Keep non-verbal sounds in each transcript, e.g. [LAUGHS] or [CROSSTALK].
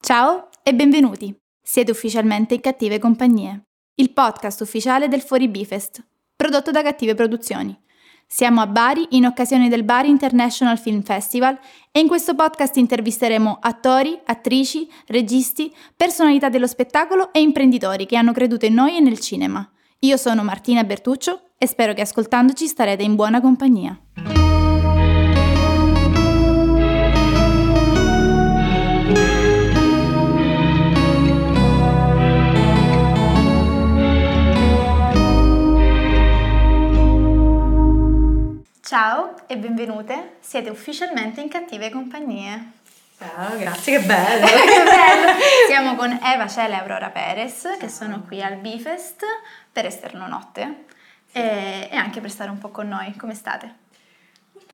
Ciao e benvenuti! Siete ufficialmente in Cattive Compagnie, il podcast ufficiale del Fuori Bifest, prodotto da Cattive Produzioni. Siamo a Bari in occasione del Bari International Film Festival e in questo podcast intervisteremo attori, attrici, registi, personalità dello spettacolo e imprenditori che hanno creduto in noi e nel cinema. Io sono Martina Bertuccio e spero che ascoltandoci starete in buona compagnia. Ciao e benvenute, siete ufficialmente in Cattive Compagnie. Ah, grazie, che [LAUGHS] bello! Che bello! Siamo con Eva Cele e Aurora Perez, che sono qui al Bifest per Esterno Notte eh, e, e anche per stare un po' con noi. Come state?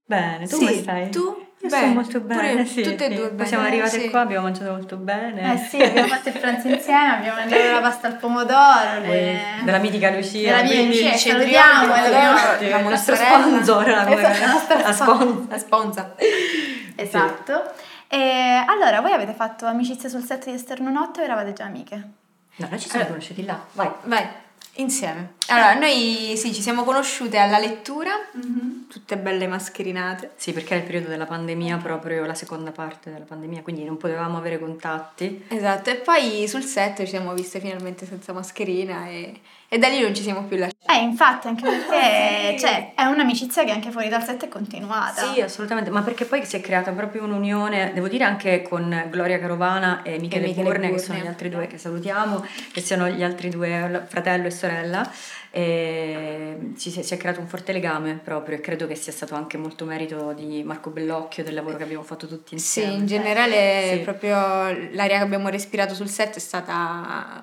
bene, tu Sì, come stai? Tu? Io Bene, sto molto pure bene, sì, Tutte e sì. due Poi bene. Siamo arrivate sì. qua, abbiamo mangiato molto bene. Eh sì, abbiamo fatto il pranzo [LAUGHS] insieme, abbiamo mangiato la pasta al pomodoro. Eh, le- Della mitica Lucia. Della mia quindi Lucia, ci salutiamo, troviamo, la dobbiamo- sì, abbiamo la il nostro sorella. sponsor, la Esatto, come- la nostra la sponsor. La [LAUGHS] sponza. Esatto. E allora, voi avete fatto amicizia sul set di Esterno Notte o eravate già amiche? No, noi ci siamo Allora- conosciuti là, vai. Vai, insieme. Allora, noi sì, ci siamo conosciute alla lettura, tutte belle mascherinate. Sì, perché era il periodo della pandemia, proprio la seconda parte della pandemia, quindi non potevamo avere contatti. Esatto, e poi sul set ci siamo viste finalmente senza mascherina e, e da lì non ci siamo più lasciati. Eh, infatti, anche perché Sì. cioè, è un'amicizia che anche fuori dal set è continuata. Sì, assolutamente, ma perché poi si è creata proprio un'unione, devo dire anche con Gloria Carovana e Michele, E Michele Burne, che Burne. sono gli altri due che salutiamo, che sono gli altri due, l- fratello e sorella, e ci si è, si è creato un forte legame proprio e credo che sia stato anche molto merito di Marco Bellocchio, del lavoro che abbiamo fatto tutti Sì, insieme. in generale Sì. proprio l'aria che abbiamo respirato sul set è stata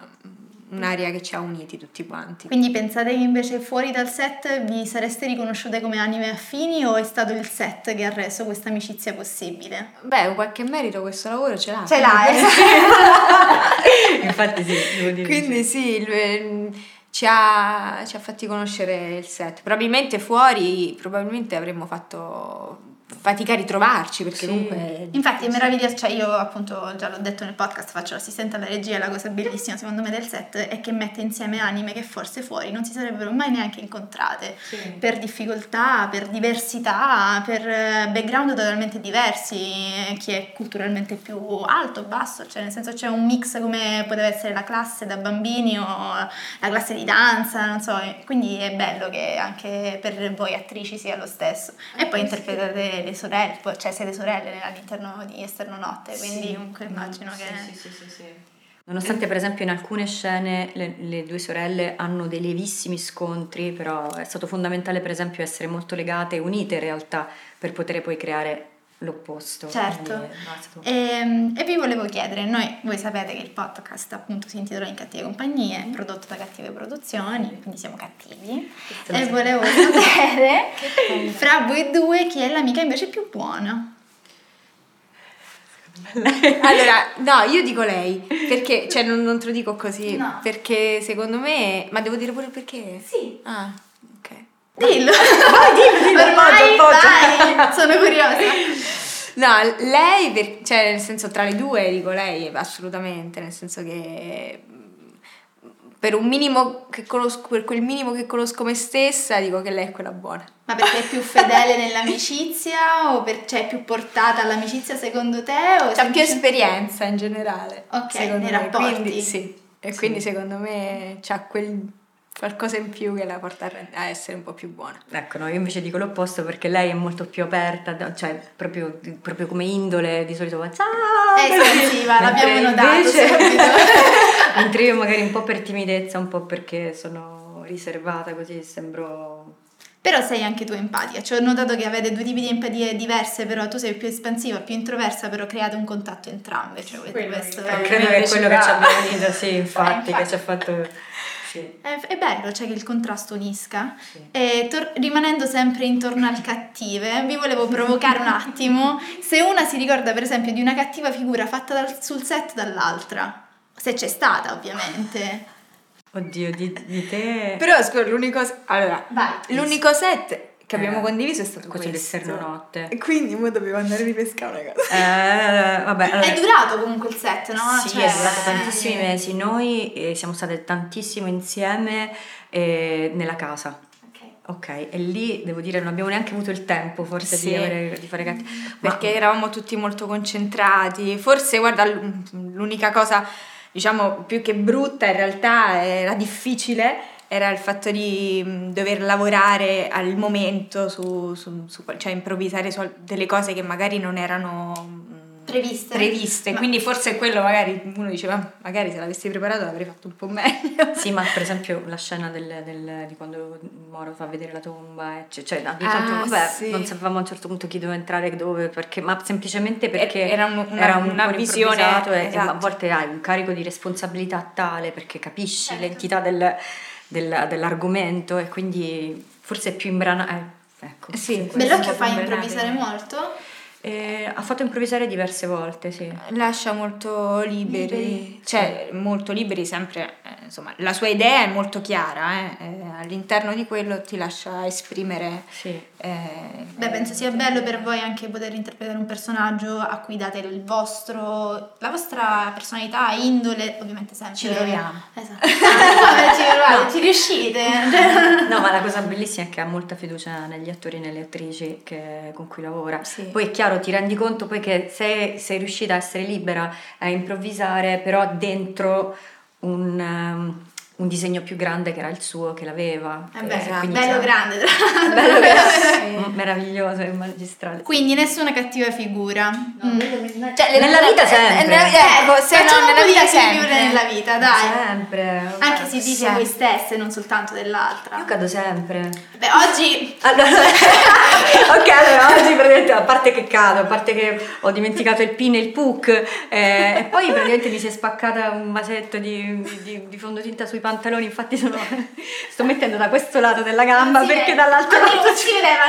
un'aria che ci ha uniti tutti quanti. Quindi pensate che invece fuori dal set vi sareste riconosciute come anime affini o è stato il set che ha reso questa amicizia possibile? Beh, qualche merito questo lavoro ce l'ha. Ce l'ha, [LAUGHS] eh? [LAUGHS] Infatti sì, devo dire. Quindi sì, lui- ci, ha, ci ha fatti conoscere il set. Probabilmente fuori, probabilmente avremmo fatto fatica a ritrovarci perché Sì. [LAUGHS] comunque... [LAUGHS] Infatti è meraviglioso, cioè io appunto già l'ho detto nel podcast, faccio l'assistente alla regia, la cosa bellissima secondo me del set è che mette insieme anime che forse fuori non si sarebbero mai neanche incontrate, Sì. per difficoltà, per diversità, per eh, background totalmente diversi, eh, chi è culturalmente più alto, basso, cioè nel senso c'è un mix come poteva essere la classe da bambini o la classe di danza, non so, e quindi è bello che anche per voi attrici sia lo stesso. E poi interpretate le sorelle, poi- cioè siete sorelle all'interno di Esterno Notte, quindi comunque [LAUGHS] immagino che... Nonostante per esempio in alcune scene le, le due sorelle hanno dei lievissimi scontri, però è stato fondamentale per esempio essere molto legate e unite in realtà per poter poi creare l'opposto. Certo. Quindi, no, è stato- Ehm, E, e vi volevo chiedere, noi, voi sapete che il podcast appunto si intitola In Cattive Compagnie, è prodotto da Cattive Produzioni, quindi siamo cattivi, Questo lo e so. volevo [LAUGHS] sapere fra voi due chi è l'amica invece più buona. Allora, no, io dico lei, perché, cioè non, non te lo dico così, No. perché secondo me... Ma devo dire pure il perché? Sì. Ah, ok. Dillo! Vai, dillo, [LAUGHS] dillo, Ormai, appoggio, appoggio. vai, sono curiosa. No, lei, per- cioè nel senso tra le due dico lei, assolutamente, nel senso che mm, per un minimo che conosco, per quel minimo che conosco me stessa dico che lei è quella buona. Ma perché è più fedele nell'amicizia o per, cioè è più portata all'amicizia secondo te? O Ha Cioè, più semplicemente- esperienza in generale. Ok, secondo nei me, rapporti. Quindi, sì, e Sì. quindi secondo me c'ha quel qualcosa in più che la porta a rend- a essere un po' più buona. Ecco, no, io invece dico l'opposto perché lei è molto più aperta, da- cioè proprio, proprio come indole di solito va ciao! È espansiva, Mentre l'abbiamo notato invece- [LAUGHS] subito. Mentre io magari un po' per timidezza, un po' perché sono riservata così, sembro... Però sei anche tu empatica, cioè ho notato che avete due tipi di empatie diverse, però tu sei più espansiva, più introversa, però create un contatto entrambe, cioè questo Credo è... che ecco, [LAUGHS] è invece quello che ci brava. abbiamo [LAUGHS] unito, Eh, sì, infatti, infatti. che ci ha fatto... Sì. È, è bello, cioè che il contrasto unisca. Sì. E tor- rimanendo sempre intorno al cattive, vi volevo provocare un attimo se una si ricorda per esempio di una cattiva figura fatta dal- sul set dall'altra, se c'è stata ovviamente. Oddio, di, di te... Però scusa, l'unico... Allora, Eh. Vai. l'unico set che che eh, abbiamo condiviso è stato Questo questo. è l'esterno notte. E quindi mo dovevo andare a ripescare una cosa. Eh, vabbè, allora- È durato comunque il set, no? Sì, Cioè- è durato tantissimi mesi. Noi eh, siamo state tantissimo insieme eh, nella casa. Ok. Ok, e lì devo dire non abbiamo neanche avuto il tempo forse Sì. di, avere- di fare gatti. Ma- Perché eravamo tutti molto concentrati. Forse, guarda, l- l'unica cosa, diciamo, più che brutta in realtà era difficile. Era il fatto di mh, dover lavorare al momento su, su- su qual- cioè improvvisare su al- delle cose che magari non erano mh, Previste. previste. Ma- Quindi forse quello magari uno diceva, "Ah, magari se l'avessi preparato l'avrei fatto un po' meglio. Sì, ma per esempio la scena del- del- di quando Moro fa vedere la tomba, e c- cioè, ogni Ah, tanto, vabbè, sì. non sapevamo a un certo punto chi doveva entrare, dove, perché, ma semplicemente perché Era un- una- era un una po' visione, improvvisato e, e esatto. a volte hai un carico di responsabilità tale perché capisci Certo. l'entità del- del- dell'argomento e quindi forse è più imbrana... eh, ecco. [LAUGHS] Sì. forse Bellocchio è fa un po' più improvvisare imbranato. molto. Eh, ha fatto improvvisare diverse volte, sì. lascia molto liberi, Liberi. cioè molto liberi sempre, eh, insomma la sua idea è molto chiara, eh, eh, all'interno di quello ti lascia esprimere. [LAUGHS] Sì. eh, Beh, penso sia bello per voi anche poter interpretare un personaggio a cui date il vostro, la vostra personalità, indole, ovviamente sempre. Ci proviamo. Esatto. [LAUGHS] Vabbè, ci provate, ci riuscite. Cioè, No, ma la cosa bellissima è che ha molta fiducia negli attori e nelle attrici che- con cui lavora. Sì. Poi è chiaro, ti rendi conto poi che se sei riuscita a essere libera, a improvvisare, però dentro un, ehm, un disegno più grande che era il suo, che l'aveva. Eh beh, Eh, quindi bello già- grande. tra l'altro. [LAUGHS] Bello grande. grande. [LAUGHS] Meraviglioso, è magistrale. Quindi nessuna cattiva figura. Mm. cioè, le- Nella vita sempre. eh, nella vita- ecco, se Facciamo no, un nella po' di vita cattive sempre. figure nella vita, Certo, dai. Sempre. Anche si dice Sì. voi stesse, non soltanto dell'altra. Io cado sempre. Beh, oggi Allora, [LAUGHS] ok, allora oggi praticamente a parte che cado, a parte che ho dimenticato il pin e il puck, eh, e poi praticamente mi si è spaccata un vasetto di, di- di fondotinta sui pantaloni, infatti sono, [LAUGHS] sto mettendo da questo lato della gamba si perché vede- dall'altro oggi lato... non si vedeva,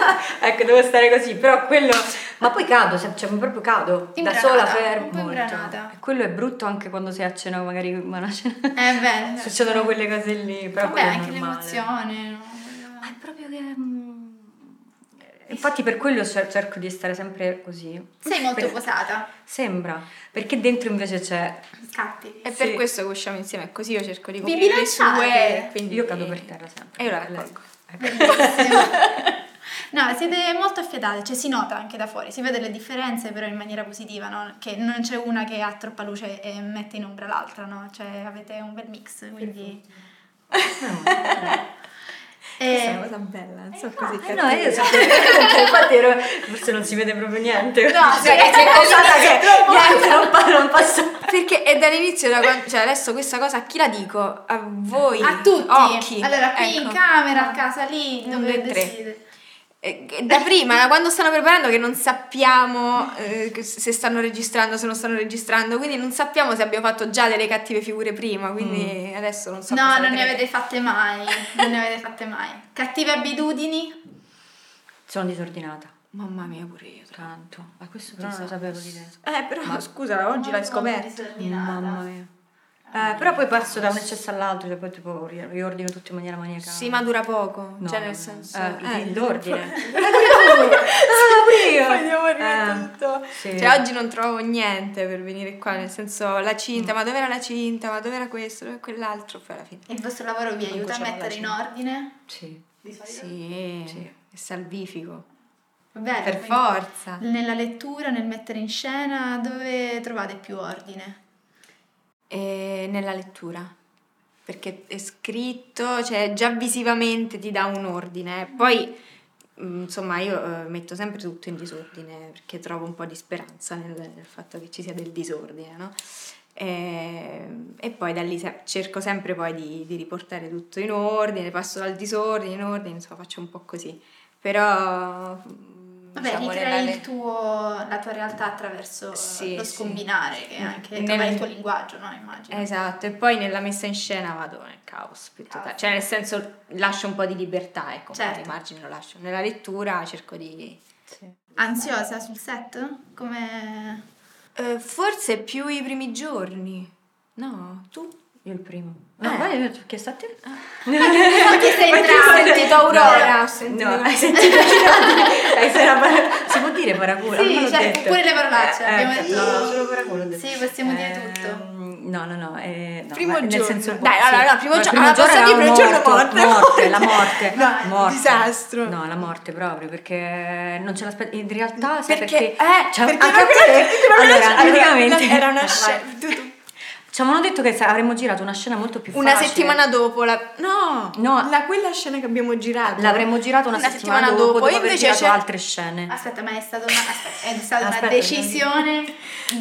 no? [LAUGHS] ecco, devo stare così, però quello... Ma poi cado, cioè, cioè, proprio cado, Imbranata, da sola un fermo. cioè, po' imbranata. E quello è brutto anche quando sei a cena, magari ma una cena... Eh, beh. [LAUGHS] Succedono quelle cose lì, però Vabbè, quello è anche normale. l'emozione. no? Ma è proprio che. mm, eh, Infatti, per quello cer- cerco di stare sempre così. Sei molto Per- posata. Sembra, perché dentro invece c'è. Scatti. È per Sì. questo che usciamo insieme, così io cerco di Vi coprire le bilanciate. sue. Quindi... Io cado per terra sempre. E io la Lei- raccolgo. Ecco. Bellissimo. [LAUGHS] No, siete molto affiatate, cioè si nota anche da fuori, si vede le differenze però in maniera positiva, no? Che non c'è una che ha troppa luce e mette in ombra l'altra, no? Cioè avete un bel mix, quindi... [LAUGHS] Questa è Eh, una cosa bella, non so Eh, così Eh cattiva. no, io [LAUGHS] sono infatti ero- forse non si vede proprio niente. No, Cioè, perché è [LAUGHS] c'è pensata che niente, non, pa- non passa. Perché è dall'inizio, da quan- cioè adesso questa cosa a chi la dico? A voi, a tutti, occhi. allora qui in Ecco. camera, a casa lì, Un, dove due, tre. decidete. Eh, che da prima, [LAUGHS] da quando stanno preparando, che non sappiamo eh, che se stanno registrando, se non stanno registrando, quindi non sappiamo se abbiamo fatto già delle cattive figure prima, quindi adesso Mm. non so. No, cosa non ne vedremo. avete fatte mai, non ne avete fatte mai. Cattive abitudini? Sono disordinata. Mamma mia, pure io. tra- Tanto. Ma questo però non lo sapevo di te. Eh, però scusa, oggi l'hai scoperto. Mamma mia. Eh, però poi passo da un eccesso all'altro, cioè poi tipo ri- riordino tutto in maniera maniacale. Sì, ma dura poco, No, cioè no, nel no. senso... Eh, eh, l'ordine. Io. Voglio Eh, morire tutto. Sì. Cioè, oggi non trovo niente per venire qua, nel senso la cinta, ma dov'era la cinta, ma dov'era questo, dov'era quell'altro, poi alla fine. Il vostro lavoro vi Non aiuta a cuciamo la mettere in cena. ordine? Sì. Sì, Sì. è salvifico. Mm. Vabbè, per forza. Nella lettura, nel mettere in scena, dove trovate più ordine? E nella lettura. Perché è scritto, cioè già visivamente ti dà un ordine. Poi, mh, insomma, io eh, metto sempre tutto in disordine perché trovo un po' di speranza nel, nel fatto che ci sia del disordine, no? E, e poi da lì se- cerco sempre poi di, di riportare tutto in ordine, passo dal disordine in ordine, insomma, faccio un po' così. Però... mh, Vabbè, diciamo, nella ricrei le- il tuo, la tua realtà attraverso Sì, lo sì. scombinare, che è anche Nel- trovare il tuo linguaggio, no? Immagino. Esatto, e poi nella messa in scena vado nel caos, più totale. Caos. cioè nel senso lascio un po' di libertà, ecco, un po' Certo. di margine lo lascio. Nella lettura cerco di... Ansiosa sul set? [LAUGHS] Come... Eh, forse più i primi giorni, no? Tu? Io il primo. No, Eh. vai, io ti ho chiesto a te. Ma chi sei entrato? Ho sentito Aurora, ho sentito- No, hai sentito Hai sentito la par- Si può dire paraculo? Sì, Non l'ho cioè, detto. pure le parolacce, Eh, abbiamo eh, detto- No, no, solo paraculo. ho detto. Ehm, Sì, possiamo dire tutto. No, no, no. eh, no, Primo ma nel giorno. senso- Dai, sì. allora, no, primo Ma il gio- allora, posso era dire primo giorno morto, morte, morte, morte. la morte. No, morte. disastro. No, la morte proprio, perché non ce l'aspettavo. In realtà, sai Perché, eh, Cioè, perché anche- non credo- non Allora, credo- praticamente... era una Vai. scena- tu- tu- [LAUGHS] Ci avevano detto che sa- avremmo girato una scena molto più Una facile. settimana dopo la... No, No. la- quella scena che abbiamo girato. L'avremmo girata una, settimana, dopo, dopo aver invece girato c'è... Ah, altre scene. Aspetta, ma è stata una, aspetta, è stata una Aspetta, decisione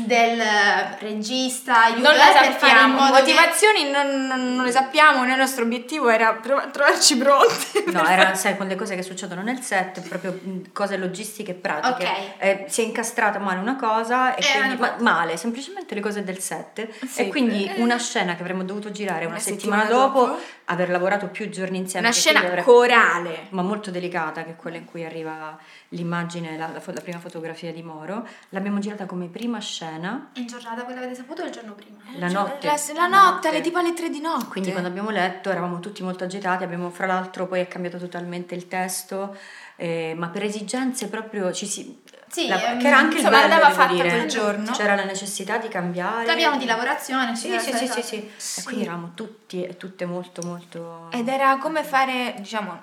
del eh, regista, aiuto Non la eh, per fare in sappiamo, modo che- motivazioni non, non- non le sappiamo, noi il nostro obiettivo era prov- trovarci pronti. No, era, sai, quelle cose che succedono nel set, proprio mh, cose logistiche e pratiche. Ok. Eh, si è incastrata male una cosa e Eh, quindi- hanno ma- fatto- male, semplicemente le cose del set. Sì. E quindi Eh. una scena che avremmo dovuto girare una, Una settimana, settimana dopo, dopo. aver lavorato più giorni insieme. Una che scena quindi avrei- corale. ma molto delicata, che è quella in cui arriva l'immagine, la, la fo- la prima fotografia di Moro, l'abbiamo girata come prima scena In giornata voi l'avete saputo il giorno prima? la notte. Cioè, La, la notte, alle tipo alle tre di notte. Quindi quando abbiamo letto eravamo tutti molto agitati, abbiamo fra l'altro poi è cambiato totalmente il testo, eh, ma per esigenze proprio ci si... Sì, ehm, che era anche il insomma, bello, andava devo fatta dire. quel giorno. C'era la necessità di cambiare. Parliamo di lavorazione, Sì, ci sì, deve sì, essere sì, stato. sì. Sì. E quindi eravamo tutti e tutte molto, molto... Ed era come fare, diciamo,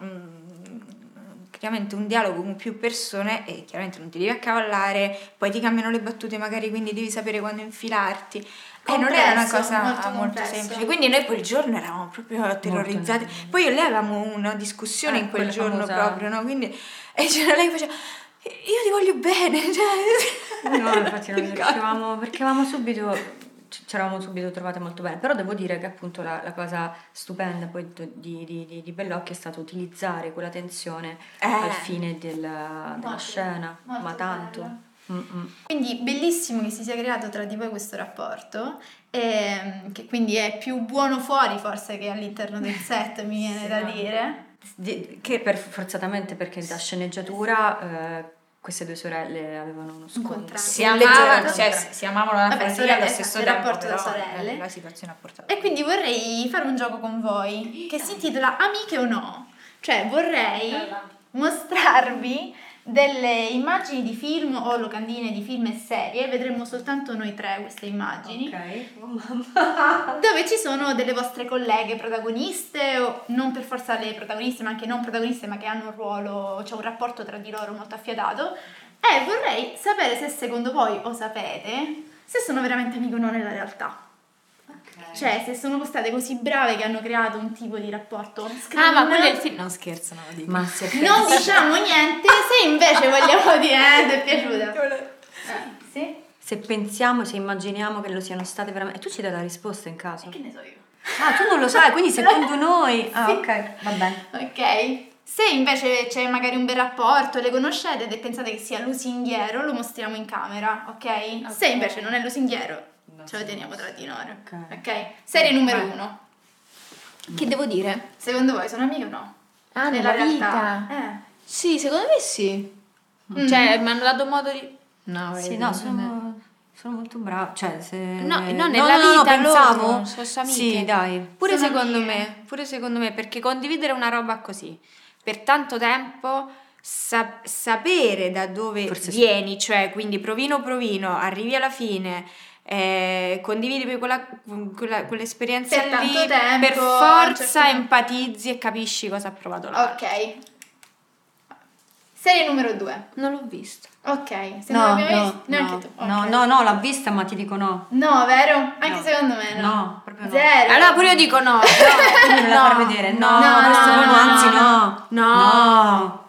mm, chiaramente un dialogo con più persone e chiaramente non ti devi accavallare, poi ti cambiano le battute magari, quindi devi sapere quando infilarti. E non era una Complesso, cosa molto molto, complesso. semplice. Quindi noi quel giorno eravamo proprio terrorizzati. nervosi. Poi io e lei avevamo una discussione Eh, in quel quella giorno famosa- proprio, no? Quindi, e c'era lei che faceva... Io ti voglio bene, [LAUGHS] cioè... No, infatti [LAUGHS] non Ti riuscivamo, perché avevamo subito, ci ci eravamo subito trovate molto bene, però devo dire che appunto la, la cosa stupenda poi do- di, di- di- di Bellocchi è stato utilizzare quella tensione Eh. al fine della, della Molto, scena, molto ma tanto. Mm, bello. Mm-mm. Quindi bellissimo che si sia creato tra di voi questo rapporto, ehm, che quindi è più buono fuori forse che all'interno del set, mi viene Sì. da dire. Di- che per- forzatamente perché da sceneggiatura eh, queste due sorelle avevano uno scontro. contrasto. Si Un amavano, leggero cioè, contrasto. si amavano la Vabbè, famiglia sorelle, allo stesso il tempo. rapporto da però, sorelle. eh, La situazione ha portato. E quindi vorrei fare un gioco con voi che si intitola Amiche o no? Cioè vorrei mostrarvi delle immagini di film o locandine di film e serie, vedremo soltanto noi tre queste immagini, Ok. dove ci sono delle vostre colleghe protagoniste, o non per forza le protagoniste, ma anche non protagoniste, ma che hanno un ruolo, c'è un rapporto tra di loro molto affiatato. E vorrei sapere se secondo voi, o sapete, se sono veramente amiche o no nella realtà. Cioè, se sono state così brave che hanno creato un tipo di rapporto on-screen, Ah, film. No, scherzo, no, lo dico. Ma se [LAUGHS] Non pensi- diciamo niente, se invece vogliamo dire, eh, ti è piaciuta. Eh, sì? se pensiamo, se immaginiamo che lo siano state veramente... E tu ci dai la risposta in caso? E che ne so io. Ah, tu non lo sai, quindi [LAUGHS] secondo noi. Ah, Sì. ok, va bene. Ok. Se invece c'è magari un bel rapporto, le conoscete e pensate che sia lusinghiero, lo mostriamo in camera, ok? Se invece non è lusinghiero, No, ce lo sì, teniamo tra di noi. Ok. ok? Serie numero Vai. uno. Che devo dire? Secondo voi sono amiche o no? Ah, Nella nella realtà. Eh. Sì, secondo me sì. Mm. Cioè, mi hanno dato modo di... No, Sì, eh, no, non- sono, sono molto brava. Cioè, se. No, Eh, no, no, nella no, no, vita loro pensavo. sono sue amiche. Sì, dai. Pure Sono secondo amiche. me, pure secondo me, perché condividere una roba così per tanto tempo sa- sapere da dove Forse sì. vieni, cioè quindi provino provino, arrivi alla fine. eh, condividi poi quella, quella- quell'esperienza Per tanto lì tempo, per a un forza certo- empatizzi e capisci cosa ha provato l'altro Mm. Ok. Serie numero due. non l'ho visto Ok, se non No, l'abbiamo no, visto, no, neanche tu. ok. no, no, no, l'ho vista, ma ti dico no. No, vero? Anche No. secondo me no. No, proprio no. Zero. Eh, allora pure io dico no, no [LAUGHS] Quindi non la no, far vedere. No, no, questo no, no, no, anzi no. no,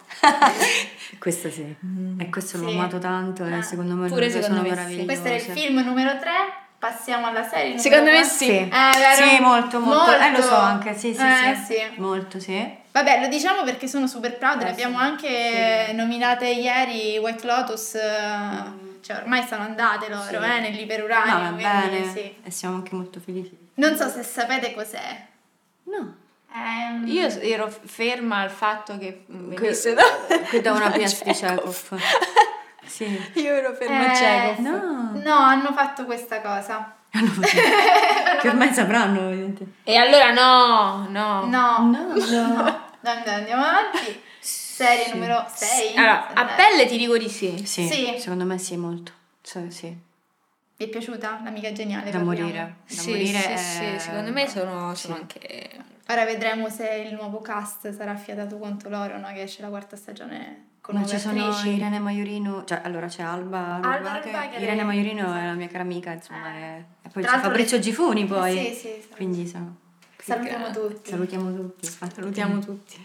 [LAUGHS] No. questo sì. E questo l'ho Mm. Sì. amato tanto e Ah. secondo me Pure loro due secondo sono me sì. meravigliosi. Questo era il film numero 3. Passiamo alla serie. numero Secondo me tre. sì. Eh, vero? Sì, molto, molto, Eh, lo so Molto. anche, sì, sì, Eh, sì. sì. Molto, sì. Vabbè, lo diciamo perché sono super proud. Eh, le abbiamo sì. anche Sì. nominate ieri White Lotus. eh, Cioè, ormai sono andate loro, Sì. eh, nell'iperuranio. No, va quindi bene. sì. E siamo anche molto felici. Non so se sapete cos'è. No. Ehm, io ero ferma al fatto Mm-hmm. che venisse Che, [LAUGHS] [LAUGHS] che da una piastra di Chekhov. Sì. Io ero ferma eh, a cieco. sì. No. No, hanno fatto questa cosa. Hanno fatto- che ormai sapranno, ovviamente. E allora no, [LAUGHS] no. No, No, no. Dai, dai, andiamo avanti. Serie Sì. numero 6. Allora, a pelle ti dico di sì. Sì, Sì. secondo me sì, molto. Sì, sì. Vi è piaciuta? L'amica geniale. Da parliamo. morire. Da sì, morire sì, è- sì, secondo me sono, sono Sì. anche... Ora vedremo se il nuovo cast sarà affiatato quanto loro, no? Che esce la quarta stagione con Ma nuove ci sono attrici. Irene Maiorino, cioè allora c'è Alba Alba Robacher. Robacher. Irene Maiorino è la mia cara amica, insomma, Eh. è... e poi Tra c'è l'altro- Fabrizio Gifuni poi. Sì, sì, sì. Quindi sono... Salutiamo tutti. Salutiamo tutti. infatti. Salutiamo tutti.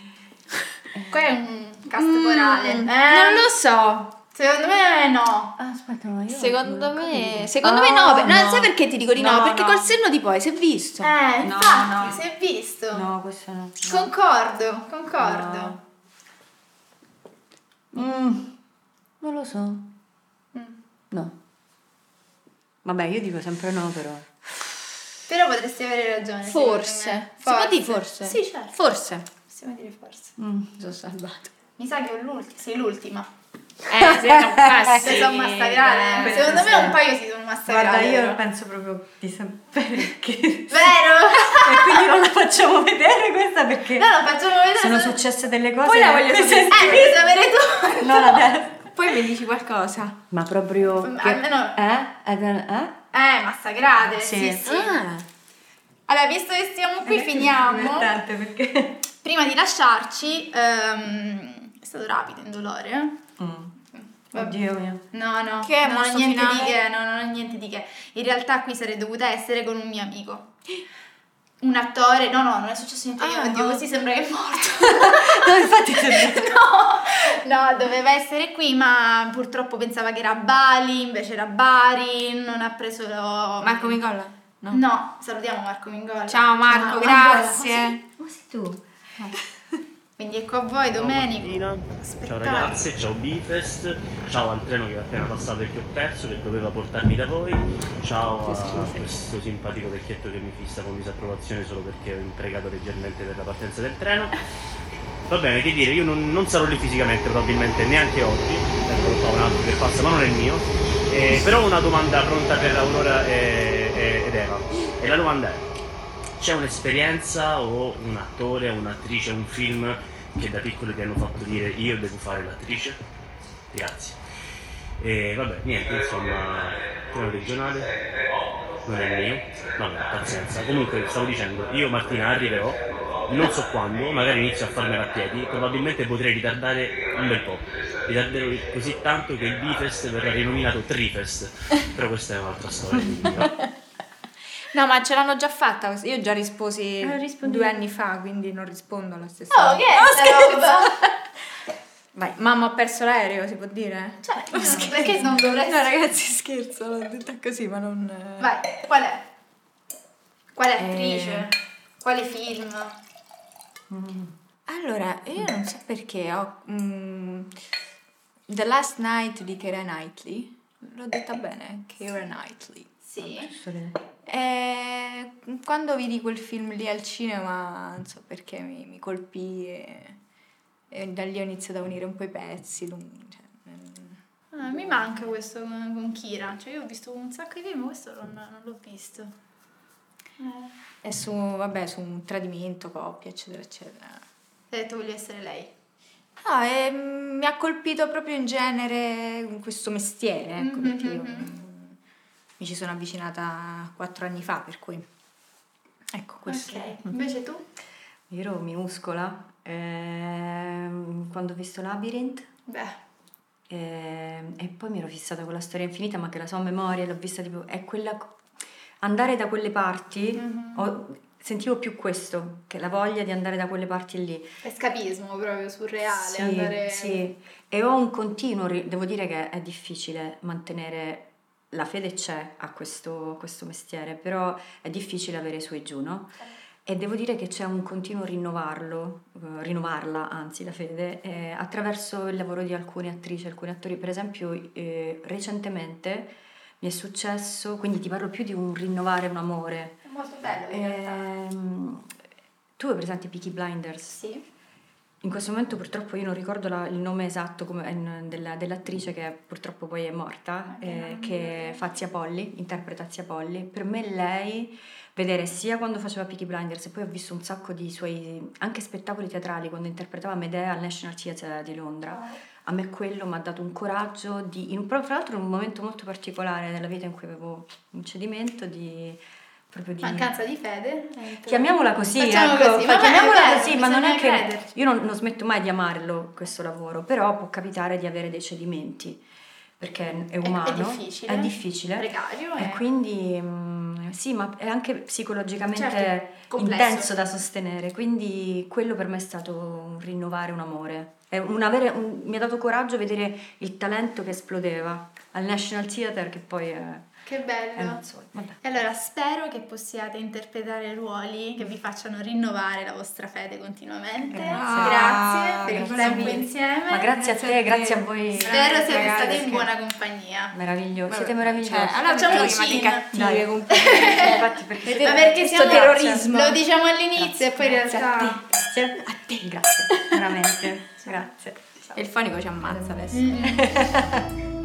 Qua è un cast Mm, corale. Eh, Non lo so. Secondo me no. Ah, aspetta, ma io... Secondo non ho me, capito. secondo me Ah, no, per- no, Sai perché ti dico di no? No, perché no. col senno di poi si è visto. Eh, No, infatti, no. si è visto. No, questo no. Concordo, concordo. No. Mm, non lo so. Mm. No. Vabbè, io dico sempre no, però. Però potresti avere ragione. secondo me. Forse. Si può dire forse? Sì, certo. Forse. Possiamo dire forse. Mm. Sono salvato. Mi sa che è l'ulti- sei l'ultima. Eh, [LAUGHS] se non passi. Si sono massacrate. eh, Secondo me penso un sì. paio si sono massacrate. Guarda, io però. penso proprio di sapere [LAUGHS] che... Vero? e quindi non la facciamo vedere questa perché [LAUGHS] No, lo facciamo vedere. sono se- successe delle cose Poi la che- [LAUGHS] voglio queste- sapere. Eh, devi sapere tu. non adesso Poi mi dici qualcosa. ma proprio [LAUGHS] Ma che- almeno- eh? Ed- eh? Eh, massacrate. Sì, Sì. Ah. Eh, sì. Allora, visto che stiamo qui, È finiamo. divertente perché Prima di lasciarci, ehm, è stato rapido, indolore. eh? Vabbè. Mm. oddio mio [LAUGHS] No, no, Che è non ho mosso niente finale? di che, no, non ho niente di che. In realtà qui sarei dovuta essere con un mio amico. Un attore, no, no, non è successo niente. Ah, io, oddio, no. così sembra che è morto. no infatti c'è [LAUGHS] No, doveva essere qui, ma purtroppo pensava che era a Bali, invece era a Bari, non ha preso lo... Marco Micolla? No. No, salutiamo Marco Mingola. Ciao Marco, grazie. eh. ma sei tu Quindi ecco a voi Domenico. Martina. Ciao ragazze, ciao Bifest, ciao al treno che è appena passato e che ho perso, che doveva portarmi da voi, ciao a questo simpatico vecchietto che mi fissa con disapprovazione solo perché ho impregato leggermente per la partenza del treno. Va bene, che dire, io non, non sarò lì fisicamente probabilmente neanche oggi, eccolo qua un altro che passa, ma non è il mio, Eh, però ho una domanda pronta per Aurora e- e- ed Eva. E la domanda è, c'è un'esperienza o un attore, un'attrice, un film che da piccoli ti hanno fatto dire io devo fare l'attrice? Grazie. E vabbè, niente, insomma, treno regionale non è mio, vabbè, pazienza. Comunque, stavo dicendo, io Martina arriverò, non so quando, magari inizio a farmela a piedi, probabilmente potrei ritardare un bel po'. Ritarderò così tanto che il Bifest verrà rinominato Trifest, però questa è un'altra storia. quindi, no. No, ma ce l'hanno già fatta. questa- Io già risposi Ah, rispondi. due anni fa, quindi non rispondo alla stessa Oh, che è No, sta scherzo. roba? Vai, mamma ho perso l'aereo, si può dire? Cioè, no, perché non dovresti... No, ragazzi, scherzo, l'ho detta così, ma non... eh. Cioè, Vai, qual è? Quale attrice? Eh. Quale film? Allora, io non so perché ho... mm, The Last Night di Keira Knightley. L'ho detta bene, Keira Knightley. Sì. Eh, quando vidi quel film lì al cinema, non so perché mi, mi colpì e, e da lì ho iniziato a unire un po' i pezzi. lung- cioè, mm. Ah, mi manca questo con, con Kira. Cioè, io ho visto un sacco di film, questo non, non l'ho visto. Eh, è su, vabbè, su un tradimento, coppia, eccetera, eccetera. hai detto voglio essere lei. No, e, mm, mi ha colpito proprio in genere in questo mestiere, ecco, Mhm, perché io mhm. mm, mi ci sono avvicinata quattro anni fa, per cui... Ecco, questo. Ok, invece tu? io ero minuscola ehm, quando ho visto Labyrinth Beh. Ehm, E, poi mi ero fissata con la storia infinita, ma che la so a memoria, l'ho vista tipo. È quella. Andare da quelle parti. Mhm. ho- sentivo più questo, che la voglia di andare da quelle parti lì. Escapismo proprio surreale. Sì, andare... sì. E ho un continuo, ri- devo dire che è difficile mantenere. La fede c'è a questo, questo mestiere, però è difficile avere su e giù, no? Certo. E devo dire che c'è un continuo rinnovarlo, eh, rinnovarla anzi la fede, eh, attraverso il lavoro di alcune attrici, alcuni attori. Per esempio, eh, recentemente mi è successo, quindi ti parlo più di un rinnovare un amore. Eh, È molto bello in realtà. Ehm, tu hai presente Peaky Blinders? Sì. In questo momento purtroppo io non ricordo la- il nome esatto come- in- della- dell'attrice che purtroppo poi è morta, eh, che fa Zia Polly, interpreta Zia Polly. Per me lei, vedere sia quando faceva Peaky Blinders e poi ho visto un sacco di suoi anche spettacoli teatrali quando interpretava Medea al National Theatre di Londra. A me quello mi ha dato un coraggio, di, in, un- tra l'altro in un momento molto particolare della vita in cui avevo un cedimento di... Proprio di Mancanza di fede. Chiamiamola così, Facciamo ecco, così, fa- ma chiamiamola è vero, così, ma non è bisogna che crederci. io non, non smetto mai di amarlo questo lavoro, però può capitare di avere dei cedimenti perché è umano, difficile, è difficile, precario eh. e e- quindi mm, sì, ma è anche psicologicamente Certo, complesso. intenso da sostenere, quindi quello per me è stato un rinnovare un amore, È un avere- un- mi ha dato coraggio vedere il talento che esplodeva al National Theatre che poi è, Che è bello. Eh, non so, vabbè. E allora spero che possiate interpretare ruoli che vi facciano rinnovare la vostra fede continuamente. Grazie. Grazie Ah, per il Grazie tempo mille. insieme. Ma grazie a te, grazie a voi. Spero siate Ragazzi, stati in che- buona compagnia. Meraviglioso, siete meravigliosi. meravigliosi. allora cioè, Facciamo facciamo un rimane cino. cattive con Infatti, perché Ma perché questo siamo terrorismo. Lo diciamo all'inizio e poi in grazie a realtà te, grazie a te, grazie, veramente, grazie. E il fonico ci ammazza adesso. Mm.